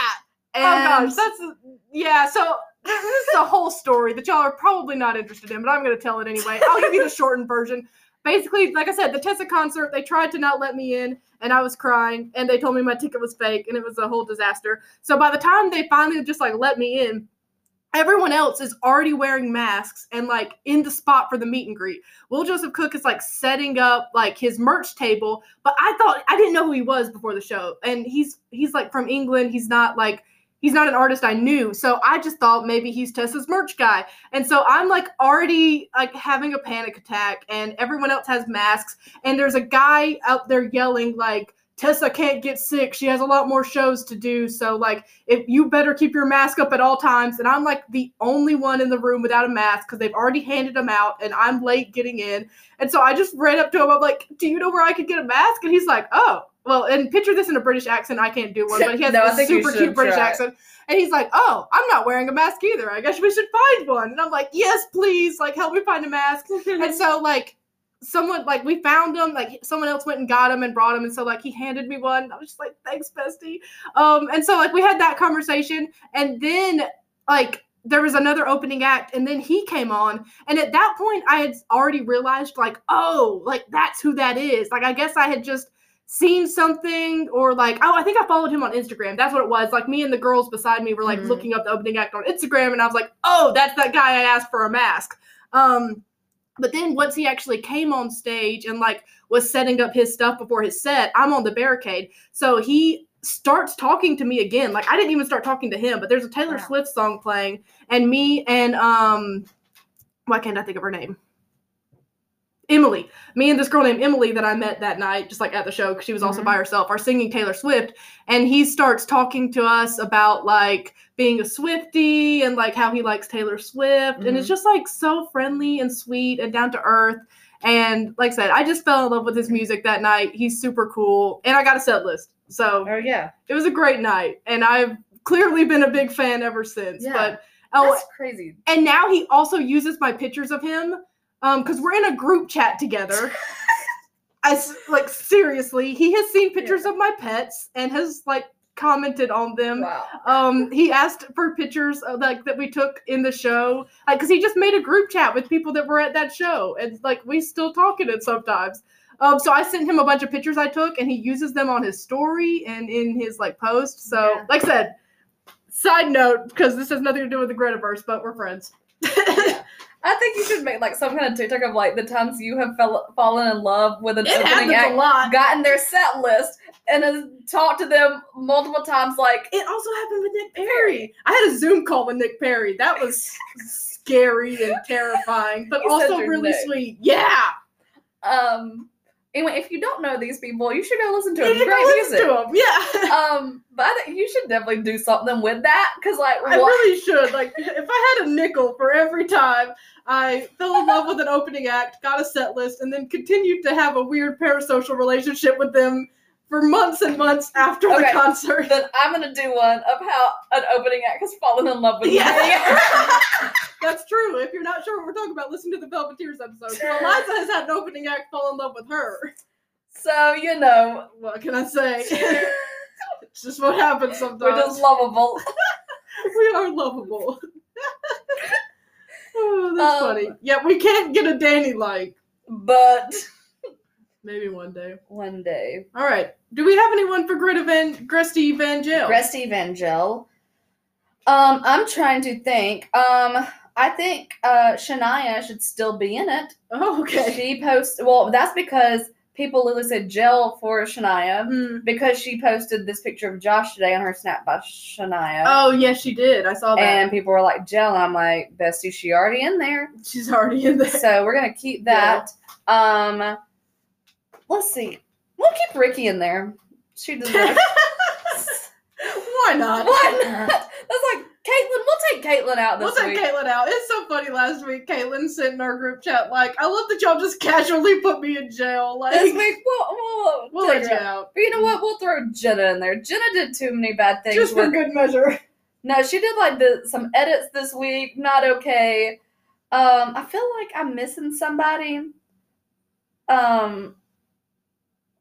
And
oh gosh, that's yeah. So this is a whole story that y'all are probably not interested in, but I'm going to tell it anyway. I'll give you the shortened version. Basically, like I said, the Tessa concert, they tried to not let me in, and I was crying, and they told me my ticket was fake, and it was a whole disaster. So by the time they finally just like let me in, everyone else is already wearing masks and like in the spot for the meet and greet. Will Joseph Cook is like setting up like his merch table, but I thought I didn't know who he was before the show, and he's he's like from England. He's not like he's not an artist I knew, so I just thought maybe he's Tessa's merch guy, and so I'm like already like having a panic attack, and everyone else has masks, and there's a guy out there yelling like. Tessa can't get sick. She has a lot more shows to do. So, like, if you better keep your mask up at all times. And I'm like the only one in the room without a mask because they've already handed them out, and I'm late getting in. And so I just ran up to him. I'm like, "Do you know where I could get a mask?" And he's like, "Oh, well." And picture this in a British accent. I can't do one, but he has
No, I
a
think you
super
should
cute British
try it.
accent. And he's like, "Oh, I'm not wearing a mask either. I guess we should find one." And I'm like, "Yes, please. Like, help me find a mask." and so like. Someone like we found him, like someone else went and got him and brought him, and so like he handed me one. I was just like, "Thanks, bestie." Um, and so like we had that conversation, and then like there was another opening act, and then he came on, and at that point, I had already realized, like, oh, like that's who that is. Like, I guess I had just seen something, or like, oh, I think I followed him on Instagram. That's what it was. Like, me and the girls beside me were like
Mhm.
looking up the opening act on Instagram, and I was like, oh, that's that guy I asked for a mask. Um, but then once he actually came on stage and like was setting up his stuff before his set, I'm on the barricade. So he starts talking to me again. Like I didn't even start talking to him, but there's a Taylor
Wow.
Swift song playing, and me and um, why can't I think of her name? Emily. Me and this girl named Emily that I met that night, just like at the show, because she was also
Mhm.
by herself, are singing Taylor Swift. And he starts talking to us about like being a Swifty and like how he likes Taylor Swift. And it's just like so friendly and sweet and down to earth. And like I said, I just fell in love with his music that night. He's super cool. And I got a set list. So
oh yeah.
it was a great night. And I've clearly been a big fan ever since.
Yeah.
But oh,
That's crazy.
and now he also uses my pictures of him because we're in a group chat together. As like seriously, he has seen pictures of my pets and has like commented on them.
Wow.
Um, he asked for pictures of, like that we took in the show, like because he just made a group chat with people that were at that show, and like we still talking it sometimes. Um, so I sent him a bunch of pictures I took, and he uses them on his story and in his like post. So,
Yeah.
like I said, side note because this has nothing to do with the Gretaverse, but we're friends.
I think you should make like some kind of TikTok of like the times you have fell- fallen in love with an
It happens
opening
a
act,
lot.
gotten their set list, and has talked to them multiple times. Like
It also happened with Nick Perry. I had a Zoom call with Nick Perry. That was scary and terrifying, but
He said
also
your
really
name.
sweet. Yeah.
Um. Anyway, if you don't know these people, you should go listen to
You
them.
should
Great
go listen
music.
to him. Yeah.
Um, but I think you should definitely do something with that because, like,
I
what-
really should. Like, if I had a nickel for every time I fell in love with an opening act, got a set list, and then continued to have a weird parasocial relationship with them for months and months after
Okay.
the concert.
then I'm gonna do one of how an opening act has fallen in love with me.
Yeah. That's true. If you're not sure what we're talking about, listen to the Velveteers episode. Well, Eliza has had an opening act fall in love with her.
So you know,
What can I say? it's just what happens sometimes.
we're just lovable.
we are lovable. oh, that's
Um,
Oh, funny. Yeah, we can't get a Danny like.
but
Maybe one day.
one day.
All right. Do we have anyone for Grit Evan- Gresty Evangel?
Rest Evangel. Um, I'm trying to think. Um, I think uh, Shania should still be in it.
oh, okay.
She posts. Well, that's because people literally said jail for Shania
Mm.
because she posted this picture of Josh today on her Snap by Shania,
Oh, yes, she did. I saw that.
and people were like, "Jail." I'm like, "Bestie, she already in there."
She's already in there.
so we're gonna keep that. Um, let's see. We'll keep Ricky in there. She deserves.
Why not?
Why not? That's like Caitlin. We'll take Caitlin out this
We'll take
week.
Caitlin out. It's so funny. Last week, Caitlin sent in our group chat like, "I love that y'all just casually put me in jail." Like,
This week we'll we'll,
we'll
take
let you
her out.
out
But you know what? We'll throw Jenna in there. Jenna did too many bad things.
just for
with-
good measure.
no, she did like the, some edits this week. Not okay. Um, I feel like I'm missing somebody. Um.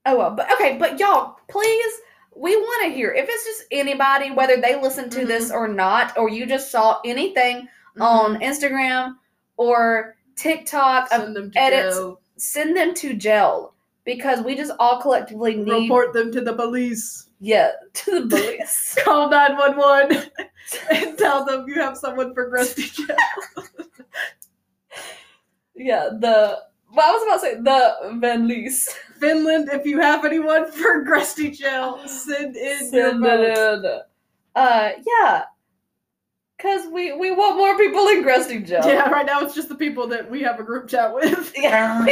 Oh well, but okay, but y'all, please, we want to hear if it's just anybody, whether they listen to this or not, or you just saw anything on Instagram or TikTok of
send them to
edits
jail.
send them to jail because we just all collectively need
Report them to the police.
yeah to the police.
Call nine one one and tell them you have someone for Grusty jail.
yeah, the well, I was about to say the Van Lees.
Finland, if you have anyone for Grusty jail, send in your
Send it
votes.
in. Uh, yeah, cause we we want more people in Grusty jail.
Yeah, right now it's just the people that we have a group chat with.
Yeah.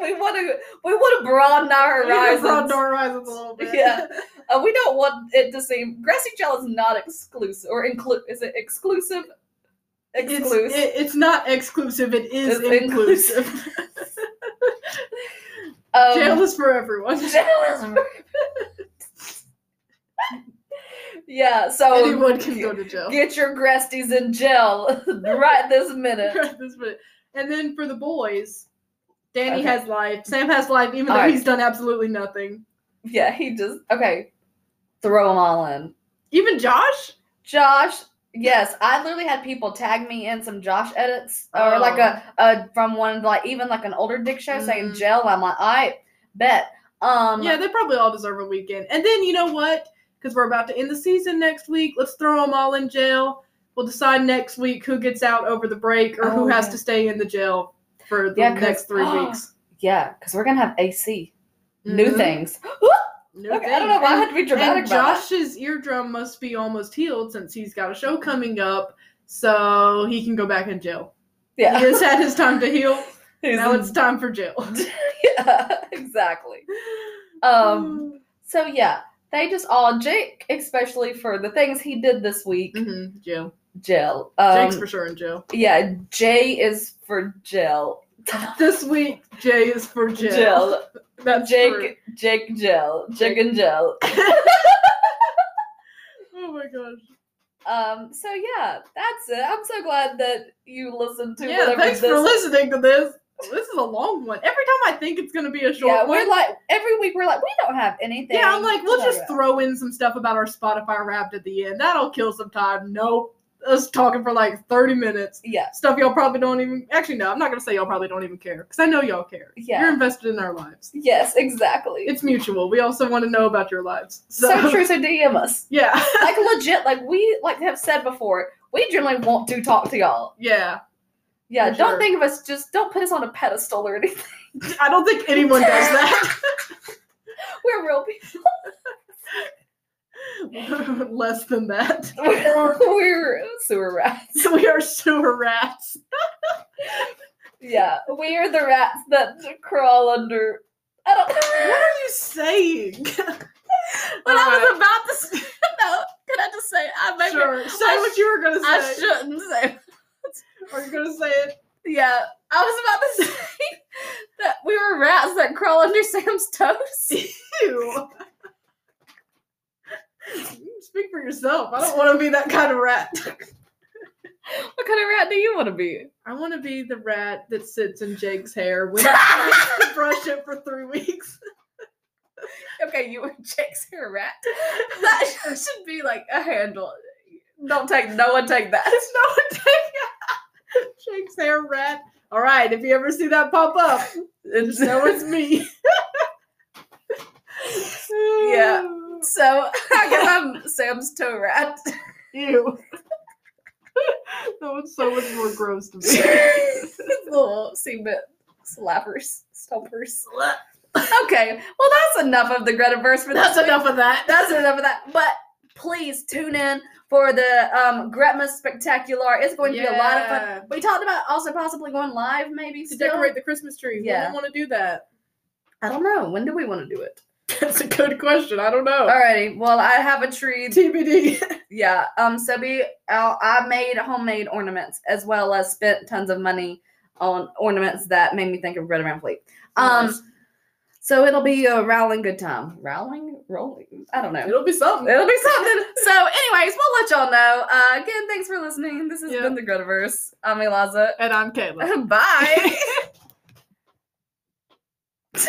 we want to we want to broaden our
Horizons.
horizons.
horizons a little bit.
Yeah. Uh, we don't want it to seem Grassy Jail is not exclusive or include. Is it exclusive?
It's,
Exclusive.
it- it's not exclusive. It is
It's
inclusive.
um,
Jail is for everyone.
Jail is- um, yeah. So
Anyone can go to jail.
Get your Gresties in jail right this minute.
This minute. and then for the boys, Danny
Okay.
has life. Sam has life, even though
All right.
he's done absolutely nothing.
Yeah, he just okay. Throw them all in.
Even Josh.
Josh, yes, I literally had people tag me in some Josh edits or
Oh.
like a, a from one like even like an older Dick show saying
Mhm.
jail. I'm like, I bet. Um,
yeah, they probably all deserve a weekend. And then you know what? Because we're about to end the season next week. Let's throw them all in jail. We'll decide next week who gets out over the break or
Oh,
who has
yeah.
to stay in the jail for the
Yeah, 'cause-
next three weeks.
yeah, because we're gonna have AC new
Mhm.
things.
New
Okay, I don't
things.
know why I
And-
had to be dramatic.
And
about it.
Josh's eardrum must be almost healed since he's got a show coming up, so he can go back in jail.
yeah,
He has had his time to heal.
He's
now
in-
it's time for jail.
yeah, exactly.
Hmm.
Um, so yeah, they just all Jake, especially for the things he did this week.
Mhm, jail.
Jail. Um,
Jake's for sure in jail.
yeah, J is for jail.
This week, Jay is for jail.
Jail.
That's
Jake,
true.
Jake, Jill, Jake and Jill.
Oh my gosh.
Um, so yeah, that's it. I'm so glad that you listened to
yeah,
whatever
thanks
this.
for listening to this. This is a long one. Every time I think it's gonna be a short
yeah,
one.
we're like every week we're like we don't have anything.
yeah, I'm like,
to
we'll
talk
just
about.
throw in some stuff about our Spotify wrapped at the end. That'll kill some time. Nope. Us talking for like 30 minutes.
yeah,
Stuff y'all probably don't even actually no, I'm not gonna say y'all probably don't even care. Because I know y'all care.
Yeah.
You're invested in our lives.
yes, exactly.
It's mutual. We also want to know about your lives.
so, true. So DM us.
Yeah.
Like legit, like we like have said before, we generally want to talk to y'all.
Yeah.
Yeah,
For
don't
sure.
think of us just don't put us on a pedestal or anything.
I don't think anyone does that.
We're real people.
Less than that.
we're sewer rats.
So we are sewer rats.
Yeah, we are the rats that crawl under. I don't
What are you saying?
When I
Alright.
was about to say, no, can I just say I maybe
sure. Say
I
what you were gonna say.
I shouldn't say.
Are you gonna say it?
Yeah, I was about to say that we were rats that crawl under Sam's toes.
Ew. Speak for yourself. I don't want to be that kind of rat.
What kind of rat do you want to be?
I want to be the rat that sits in Jake's hair when he tries to brush it for three weeks.
Okay, you were Jake's hair rat. That should be like a handle. Don't take. No one take that.
There's no one taking Jake's hair rat. All right, if you ever see that pop up, And so it's me.
Yeah. So I guess I'm Sam's toe rat.
Ew. that was so much more gross to me.
Little sea bit slappers, stumpers. Okay, well that's enough of the Gretaverse for this
That's
week.
enough of that.
That's enough of that. But please tune in for the um, Gretma Spectacular. It's going to be a lot of fun.
Yeah.
We talked about also possibly going live, maybe
To
still.
decorate the Christmas tree.
Yeah.
Yeah. We don't want to do that.
I don't know. When do we want to do it?
That's a good question. I don't know.
Alrighty. Well, I have a tree.
TBD.
Yeah. Um. So we, I I made homemade ornaments as well as spent tons of money on ornaments that made me think of Greta Van Fleet. Um.
Nice.
So it'll be a rowling good time. Rowling, rolling. I don't know.
it'll be something.
It'll be something. so, anyways, we'll let y'all know. Uh, again, thanks for listening. This has
Yeah.
been the Gretaverse. I'm Eliza.
And I'm Kayla.
Bye.